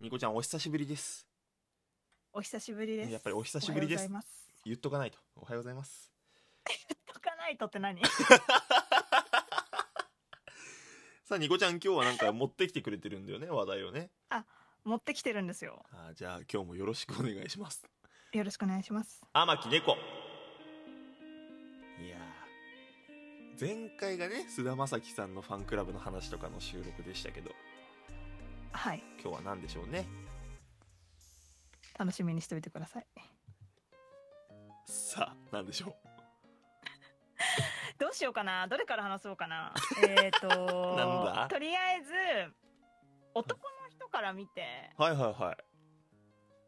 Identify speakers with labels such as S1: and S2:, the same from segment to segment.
S1: ニコちゃんお久しぶりです
S2: お久しぶりです。
S1: やっぱりお久しぶりです
S2: おはようございます。
S1: 言っとかないとおはようございます
S2: 解かないとっ て何？
S1: さあニコちゃん今日はなんか持ってきてくれてるんだよね話題をね
S2: 持ってきてるんですよ。
S1: あーじゃあ今日もよろしくお願いします
S2: よろしくお願いします。
S1: 天木猫いやー前回がね菅田将暉さんのファンクラブの話とかの収録でしたけど
S2: はい、
S1: 今日は何でしょうね
S2: 楽しみにしておいてください。
S1: さあ何でしょ
S2: どうしようかな。どれから話そうかな。 えっと、
S1: なんだ
S2: とりあえず男の人から見て
S1: うはいはいは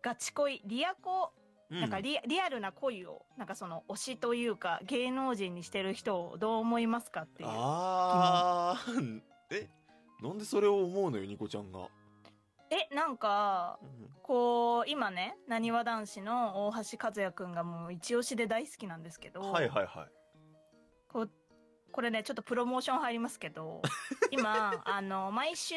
S2: ガチ恋リアコ
S1: い、う
S2: なんかリ,、リアルな恋をなんかその推しというか芸能人にしてる人をどう思いますかっていう。
S1: ああえなんでそれを思うのよニコちゃんが、
S2: えなんかこう今ねなにわ男子の大橋和也くんがもう一押しで大好きなんですけど、
S1: はいはいはい
S2: こうこれねちょっとプロモーション入ります けど今あの毎週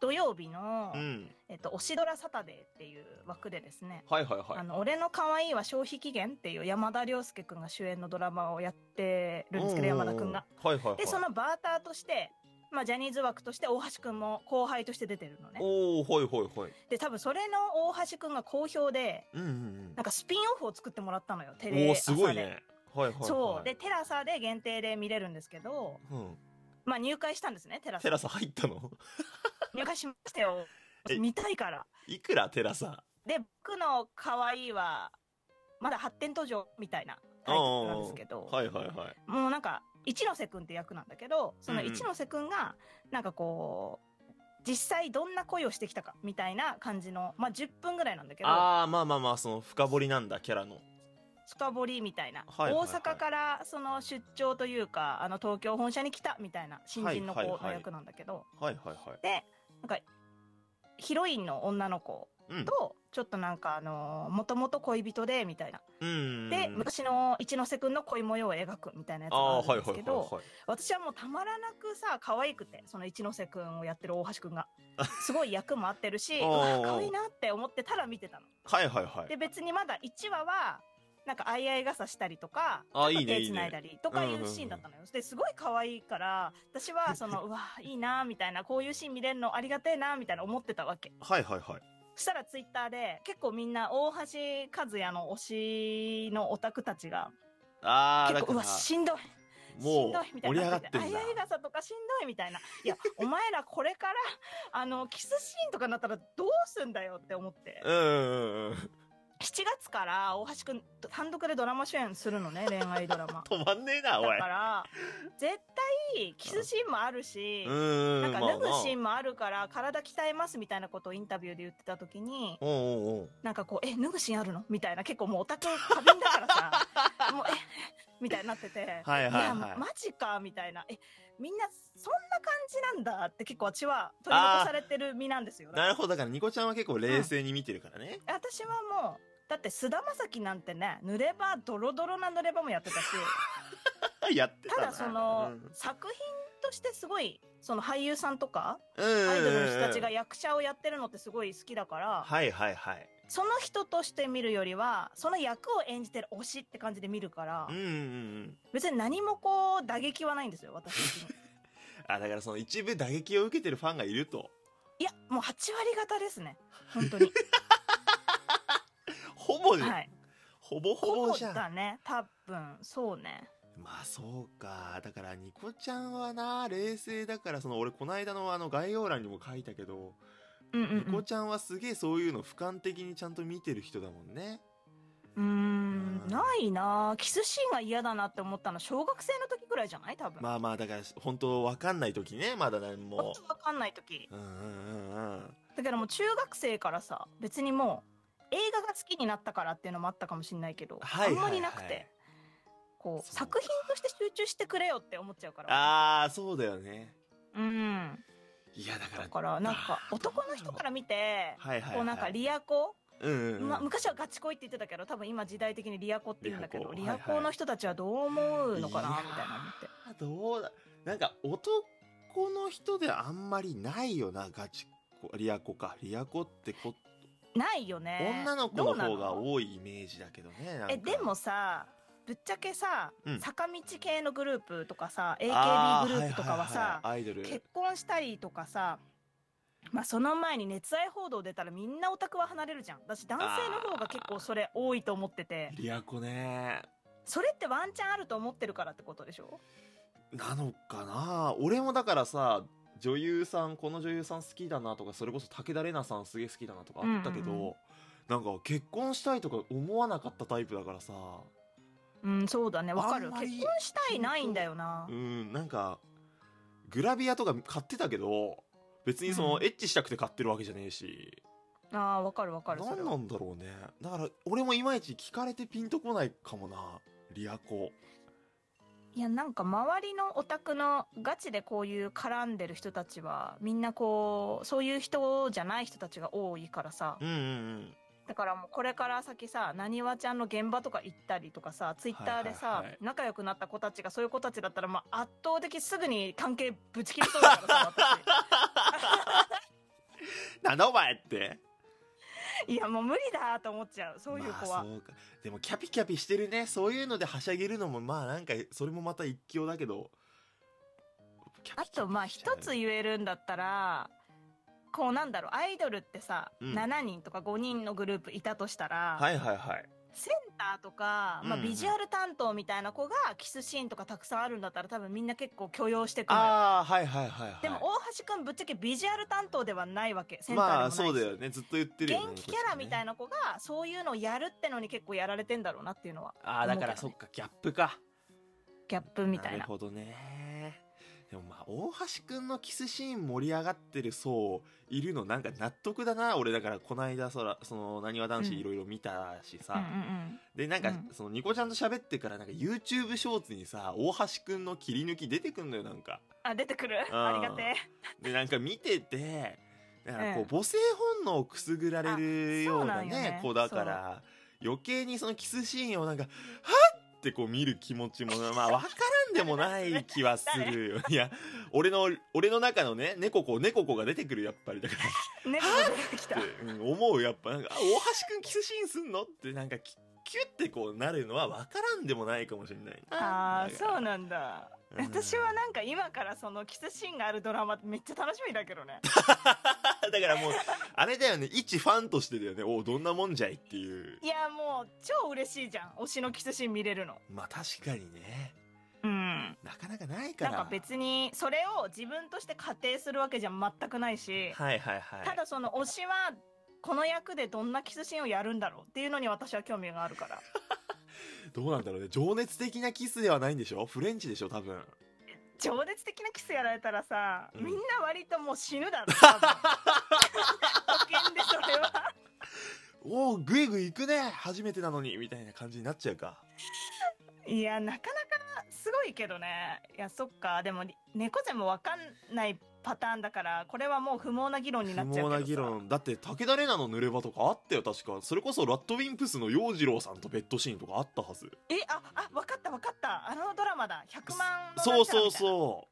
S2: 土曜日の、
S1: うん
S2: えっと、推しドラサタデーっていう枠でですね、
S1: はいはいは
S2: あ
S1: い
S2: の俺の可愛いは消費期限っていう山田涼介くんが主演のドラマをやってるんですけど、
S1: うう
S2: 山田くんが。
S1: はいはいはい
S2: で、そのバーターとして、まあ、ジャニーズ枠として大橋くんも後輩として出てるのね。
S1: おおはいはいはい
S2: で、多分それの大橋くんが好評で、
S1: うんうん
S2: なんかスピンオフを作ってもらったのよ、テ
S1: うん
S2: レ
S1: おおす
S2: 朝で。
S1: ごいねはいはいはい
S2: そう。で、テラサで限定で見れるんですけど、
S1: うん
S2: まあ入会したんですね、テラサ
S1: テ。ラサ入った の
S2: 入会しましたよ
S1: え。
S2: 見たいから。
S1: いくらテラサ
S2: で、僕の可愛いは、まだ発展途上みたいなタイトルなんですけど、
S1: はいはいはい
S2: もうなんか、一ノ瀬くんって役なんだけど、その
S1: うんうん
S2: 一ノ瀬くんが、なんかこう、実際どんな恋をしてきたかみたいな感じの、まあ10分ぐらいなんだけど、
S1: ああまあまあまあその深掘りなんだキャラの
S2: 深掘りみたいな、
S1: はいはいはい
S2: 大阪からその出張というか、あの東京本社に来たみたいな新人の子
S1: はいはいは
S2: の
S1: い
S2: 役なんだけど、
S1: はいはいはい
S2: ヒロインの女の子
S1: うん
S2: と、ちょっとなんかあのー、もともと恋人で、みたいな。
S1: うん
S2: で、昔の一ノ瀬くんの恋模様を描くみたいなやつが
S1: あ
S2: あ
S1: あーは
S2: る
S1: い
S2: んです
S1: はい
S2: け
S1: はい
S2: ど、
S1: はい
S2: 私はもうたまらなくさ、可愛くて、その一ノ瀬くんをやってる大橋 くんが。すごい役も合ってるし、
S1: あ
S2: う
S1: ー
S2: わ、可愛いなって思ってたら見てたの。
S1: はいはいはい
S2: で、別にまだ1話は、なんか、あいあい傘したりとか、
S1: あー
S2: ちょっと
S1: いいね
S2: 手繋いだりとか
S1: いい
S2: い
S1: ね
S2: うシーンだったのよ。で、すごい可愛いから、私は、そ の、うわ、いいな、みたいな、こういうシーン見れるのありがてえな、みたいな思ってたわけ。
S1: はいはいはい
S2: そしたらツイッターで、結構みんな、大橋和也の推しのオタクたちが、
S1: ああだ
S2: 結構、う
S1: か
S2: わ、
S1: ら
S2: しんどい、し
S1: も
S2: ん
S1: う
S2: どい、みた
S1: 盛
S2: い
S1: り
S2: な。
S1: 上がって
S2: あ
S1: ん
S2: い
S1: だ
S2: あい傘とかしんどい、みたいな。いや、お前らこれから、 あの、キスシーンとかになったらどうすんだよって思って。
S1: うんうんうんうん。
S2: 7月から大橋くん単独でドラマ主演するのね、恋愛ドラマ
S1: 止まんねえな
S2: だ
S1: お
S2: か
S1: い
S2: ら、絶対、キスシーンもあるし、
S1: うん
S2: な
S1: うんん
S2: か
S1: ま
S2: 脱
S1: あ
S2: ぐ
S1: な
S2: シーンもあるから、体鍛えますみたいなことをインタビューで言ってた時に、
S1: うんうんうん
S2: なんかこう、え、脱ぐシーンあるのみたいな、結構もうオタク過敏だから さ、もう、え、 みたいになってて、
S1: はいはいはい
S2: や、マジか、みたいな、え、みんなそんな感じなんだって結構私は取り残されてる身なんですよ。
S1: なるほどだからニコちゃんは結構冷静に見てるからね、
S2: 私はもう、だって菅田将暉なんてね、濡れ場、ドロドロな濡れ場も やってたし、
S1: やってた
S2: た
S1: な
S2: だその、
S1: うん
S2: 作品としてすごい、その俳優さんとか、
S1: うん
S2: アイドル
S1: う
S2: の
S1: ん
S2: 人たちが役者をやってるのってすごい好きだから、
S1: はいはいはい
S2: その人として見るよりは、その役を演じてる推しって感じで見るから
S1: うん、うんうん
S2: 別に何もこう、打撃はないんですよ、私的に。
S1: あだからその一部打撃を受けてるファンがいると
S2: いや、もう8割方ですね。本当に。
S1: ほぼ、
S2: はい。
S1: ほぼほ
S2: ほ
S1: ぼ
S2: ぼ
S1: じゃん
S2: だね。多分、そうね。
S1: まあそうかだからニコちゃんはな冷静だからその俺この間のあの概要欄にも書いたけど、
S2: うんうん、
S1: ニ
S2: う
S1: コ
S2: ん。
S1: ちゃんはすげえそういうの俯瞰的にちゃんと見てる人だもんね
S2: うーん、ないなぁキスシーンが嫌だなって思ったの、小学生の時ぐらいじゃない多分。
S1: まあまあだから本当わかんない時ねまだ何
S2: ほん
S1: も
S2: とわかんない時。
S1: うんうんうんうん
S2: だからもう中学生からさ、別にもう、映画が好きになったからっていうのもあったかもしれないけど、
S1: はいはいはい
S2: あんまりなくて、こ、
S1: そうう
S2: 作品として集中してくれよって思っちゃうから。
S1: ああそうだよね
S2: うん。
S1: いやだから
S2: だから、なんか、
S1: あー
S2: 男の人から見て、
S1: はいはい、はい、
S2: こうなんかリアコ、
S1: うんうんうん
S2: ま、昔はガチ恋って言ってたけど、多分今時代的にリアコって言うんだけど、
S1: リア
S2: リ
S1: コ
S2: アコの人たちはどう思うのかな、
S1: はいはい
S2: みたいな
S1: あど
S2: 思って。
S1: うだなんか男の人であんまりないよなガチコ、リアコか。リアコってこ、
S2: ないよね
S1: 女の子の方が
S2: 多い
S1: 多いイメージだけどね。なんか
S2: えでも、さぶっちゃけさ、
S1: うん
S2: 坂道系のグループとかさ AKB
S1: あ
S2: グループとかはさ、
S1: いいいアイドル。
S2: 結婚したりとかさまあその前に熱愛報道出たらみんなオタクは離れるじゃん私男性の方が結構それ多いと思ってて
S1: リアコね。
S2: それってワンチャンあると思ってるからってことでしょ
S1: なのかな俺もだからさ、女優さん、この女優さん好きだなとか、それこそ武田玲奈さんすげえ好きだなとかあったけど、
S2: うんうんう
S1: なんか結婚したいとか思わなかったタイプだからさ、
S2: うんそうだねわか
S1: あ
S2: る
S1: んま
S2: 結
S1: り
S2: 婚したいないんだよな
S1: うん、なんか、グラビアとか買ってたけど、別にその、
S2: うん
S1: エッチしたくて買ってるわけじゃねえし、
S2: あーわかるわかるそれ
S1: 何
S2: は
S1: なんだろうね。だから、俺もいまいち聞かれてピンとこないかもな。リアコ。
S2: いやなんか周りのオタクのガチでこういう絡んでる人たちはみんなこうそういう人じゃない人たちが多いからさ
S1: うんうんうん。
S2: だからもうこれから先さなにわちゃんの現場とか行ったりとかさツイッターでさ、
S1: はいはいはい
S2: 仲良くなった子たちがそういう子たちだったら、まあ、圧倒的すぐに関係ぶち切りそう だからさ
S1: なんだお前って。
S2: 私いやもう無理だと思っちゃうそういう子
S1: まあ
S2: は、
S1: そうか。でも、キャピキャピしてるね。そういうのではしゃげるのも、まあなんか、それもまた一興だけど。キャピキャピ
S2: あ
S1: しちゃ
S2: と
S1: う
S2: まあ一つ言えるんだったらこうなんだろうアイドルってさ、
S1: うん
S2: 7人とか5人のグループいたとしたら、
S1: はいはいはい。
S2: センターとか、まあ、
S1: うんうん
S2: ビジュアル担当みたいな子がキスシーンとかたくさんあるんだったら多分みんな結構許容してくのよ。
S1: ああ、はいはいはいはい。
S2: でも大橋くんぶっちゃけビジュアル担当ではないわけ。センターでも
S1: ま
S2: な
S1: あ
S2: いし。
S1: そうだよね。ずっと言ってるよね。
S2: 元気キャラみたい
S1: な。
S2: な子がそういうのをやるってのに結構やられてんだろうなっていうのは
S1: ああ、だからそっか、ギャップか。
S2: ギャップみたい
S1: る
S2: な。
S1: ほどねでもまあ大橋くんのキスシーン盛り上がってる層いるのなんか納得だな俺だからこの間そらそのなにわ男
S2: うん
S1: 子いろいろ見たし
S2: うんうん
S1: さ、でなんか
S2: うん
S1: そのニコちゃんと喋ってからなんか YouTube ショーツにさ大橋くんの切り抜き出てくんのよなんか
S2: あ出てくる
S1: うん
S2: ありが て
S1: でなんか見ててだから こ
S2: う
S1: うん母性本能をくすぐられるよう
S2: あ
S1: な
S2: そう
S1: ね
S2: なんよね
S1: 子だから余計にそのキスシーンをなんかはっってこう見る気持ちもまあ分からんでもない気はするよ いや俺の俺の中のね猫子猫子が出てくるやっぱりだか
S2: え。猫が出てきた
S1: らっ。て、うん思うやっぱなんかあ大橋くんキスシーンすんのってなんかキキュッてこうなるのは分からんでもないかもしれないな
S2: ああそうなんだ。
S1: うん
S2: 私はなんか今からそのキスシーンがあるドラマめっちゃ楽しみだけどね。
S1: だからもうあれだよね一ファンとしてだよねおうどんなもんじゃいっていう
S2: いやもう超嬉しいじゃん推しのキスシーン見れるの
S1: まあ確かにね
S2: うん
S1: なかなかないか
S2: な
S1: ら
S2: んか別にそれを自分として仮定するわけじゃ全くないし、
S1: はいはいはい
S2: ただその推しはこの役でどんなキスシーンをやるんだろうっていうのに私は興味があ るから
S1: どうなんだろうね情熱的なキスではないんでしょフレンチでしょ多分
S2: 情熱的なキスやられたらさ、
S1: うん
S2: みんな割ともう死ぬだろ う多分保険でそれは
S1: おおグイグイ行くね初めてなのにみたいな感じになっちゃうか
S2: いやなかなかすごいけどねいやそっかでも猫背もわかんないパターンだからこれはもう不毛な議論になっ
S1: 不
S2: ちゃ
S1: 毛
S2: うけどさ
S1: な議論だって武田玲奈の濡れ場とかあったよ確かそれこそラッドウィンプスの洋次郎さんとベッドシーンとかあったはず
S2: えああわかったわかったあのドラマだ100万の
S1: そうそう
S2: う
S1: そ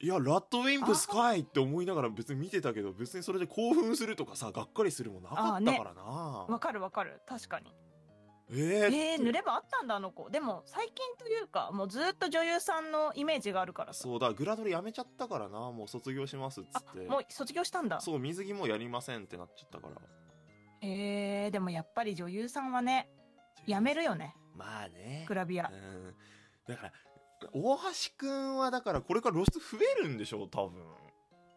S1: ういやラッドウィンプスかいって思いながら別に見てたけど別にそれで興奮するとかさがっかりするもなかったからな、
S2: わかるわかる確かに
S1: え
S2: えー、濡ればあったんだあの子でも最近というかもうずっと女優さんのイメージがあるからさ
S1: そうだグラドルやめちゃったからなもう卒業しますっつ
S2: あ
S1: って
S2: もう卒業したんだ
S1: そう水着もうやりませんってなっちゃったから
S2: えー、でもやっぱり女優さんはねやめるよね
S1: まあね
S2: グラビア
S1: うんだから大橋くんはだからこれから露出増えるんでしょう多分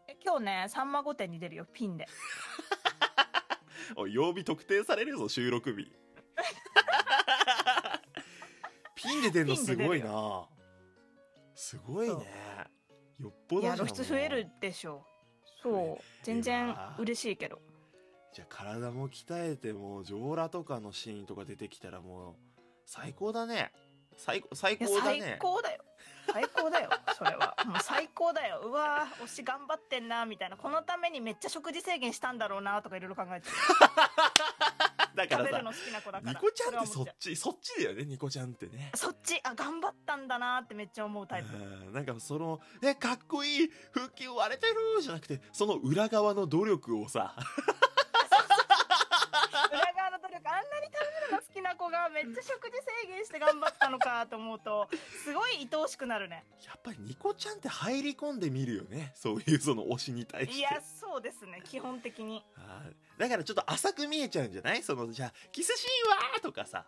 S2: え今日ね「さんま御殿」に出るよピンで
S1: おい曜日特定されるぞ収録 日ピンで出るのすごい
S2: ピンで出る
S1: なすごいねよっぽど
S2: い
S1: じゃ
S2: や
S1: ん
S2: 露出増えるでしょうそう全
S1: い
S2: 然
S1: やー
S2: 嬉しいけど
S1: じゃあ体も鍛えてもう上裸とかのシーンとか出てきたらもう最高だね最高最
S2: いや
S1: 高だね
S2: 最高だよ最高だよそれはもう最高だようわー推し頑張ってんなみたいなこのためにめっちゃ食事制限したんだろうなとかいろいろ考えて
S1: だか
S2: 食
S1: ら
S2: べる
S1: さ
S2: の好きな子だから
S1: ニコちゃんって
S2: そ
S1: そ
S2: れは思
S1: っ
S2: ちゃ
S1: ち
S2: う
S1: そっちだよねニコちゃんってね
S2: そっちあ頑張ったんだなってめっちゃ思うタイプ
S1: うんなんかその「えかっこいい腹筋割れてる!」じゃなくてその裏側の努力をさ
S2: 裏側の努力あんなに食べるの好きな子がめっちゃ食事制限して頑張ったのかと思うとすごい愛おしくなるね
S1: やっぱりニコちゃんって入り込んでみるよねそういうその推しに対して
S2: いやそうですね基本的に
S1: はいだからちょっと浅く見えちゃうんじゃないそのじゃあキスシーンはとかさ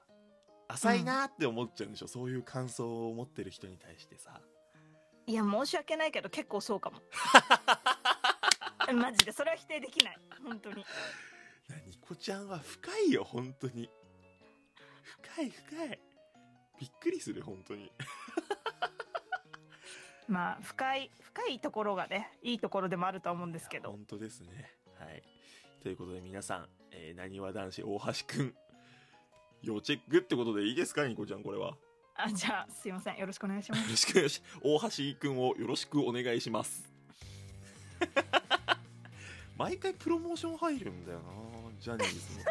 S1: 浅いなって思っちゃうんでしょ、そういう感想を持ってる人に対してさ
S2: いや申し訳ないけど結構そうかもマジでそれは否定できない本当に
S1: なニコちゃんは深いよ本当に深い深いびっくりする本当に
S2: まあ深い深いところがねいいところでもあるとは思うんですけど
S1: 本当ですねはいということで皆さんえーなにわ男子大橋くん要チェックってことでいいですかニコちゃんこれはよ
S2: あじゃあすいませんよろしくお願いします
S1: ろしくお願いし大橋くんをよろしくお願いします 毎回プロモーション入るんだよなジャニーズの